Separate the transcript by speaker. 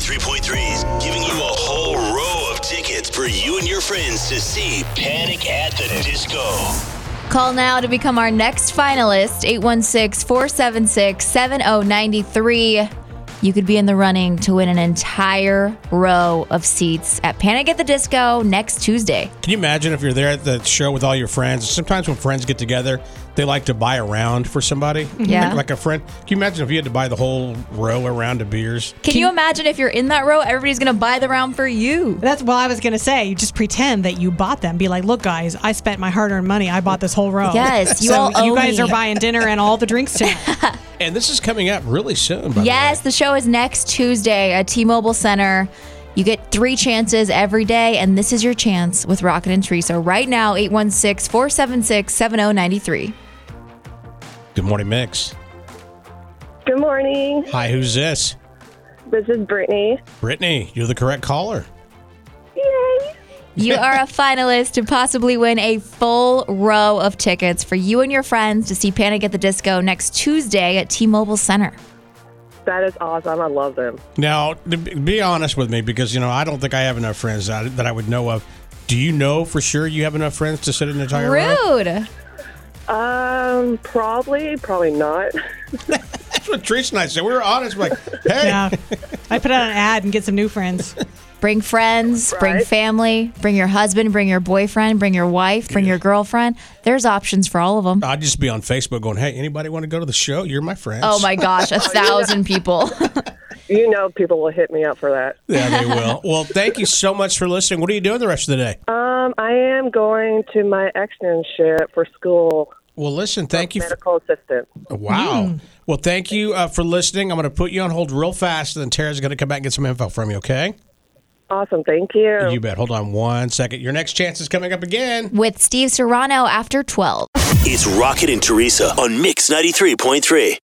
Speaker 1: 93.3's giving you a whole row of tickets for you and your friends to see Panic at the Disco.
Speaker 2: Call now to become our next finalist 816 476 7093. You could be in the running to win an entire row of seats at Panic at the Disco next Tuesday.
Speaker 3: Can you imagine if you're there at the show with all your friends? Sometimes when friends get together, they like to buy a round for somebody.
Speaker 2: Yeah.
Speaker 3: Like, like a friend. Can you imagine if you had to buy the whole row a round of beers?
Speaker 2: Can you imagine if you're in that row? Everybody's going to buy the round for you.
Speaker 4: That's well, I was gonna say. You just pretend that you bought them. Be like, look, guys, I spent my hard-earned money. I bought this whole row.
Speaker 2: Yes, you
Speaker 4: so
Speaker 2: all owe
Speaker 4: you guys
Speaker 2: me.
Speaker 4: are buying dinner and all the drinks tonight.
Speaker 3: And this is coming up really soon, by
Speaker 2: Yes, the show is next Tuesday at T Mobile Center. You get three chances every day, and this is your chance with Rocket and Teresa right now 816 476 7093.
Speaker 3: the way. Good morning, Mix.
Speaker 5: Good morning.
Speaker 3: Hi, who's this?
Speaker 5: This is Brittany.
Speaker 3: Brittany, you're the correct caller.
Speaker 5: Yay!
Speaker 2: You are a finalist to possibly win a full row of tickets for you and your friends to see Panic at the Disco next Tuesday at T Mobile Center.
Speaker 5: That is awesome. I love them.
Speaker 3: Now, to b- be honest with me, because you know I don't think I have enough friends that I, that I would know of. Do you know for sure you have enough friends to sit an entire row?
Speaker 2: Rude.
Speaker 5: Um, probably, probably not.
Speaker 3: That's what Teresa and I said. We were honest. We're like, hey,
Speaker 4: yeah, I put out an ad and get some new friends.
Speaker 2: Bring friends, bring
Speaker 5: Right.
Speaker 2: family, bring your husband, bring your boyfriend, bring your wife, bring your girlfriend. There's options for all of them.
Speaker 3: I'd just be on Facebook going, hey, anybody want to go to the show? You're my friends.
Speaker 2: Oh my gosh, a thousand people.
Speaker 5: You know, people will hit me up for that.
Speaker 3: Yeah, they will. Well, thank you so much for listening. What are you doing the rest of the day?
Speaker 5: Um, I am going to my externship for school.
Speaker 3: Well, listen, thank you. For,
Speaker 5: Medical assistant.
Speaker 3: wow. Well, thank you uh, for listening. I'm going to put you on hold real fast, and then Tara's going to come back and get some info from you, okay?
Speaker 5: Awesome. Thank you.
Speaker 3: You bet. Hold on one second. Your next chance is coming up again.
Speaker 2: With Steve Serrano after 12.
Speaker 1: It's Rocket and Teresa on Mix 93.3.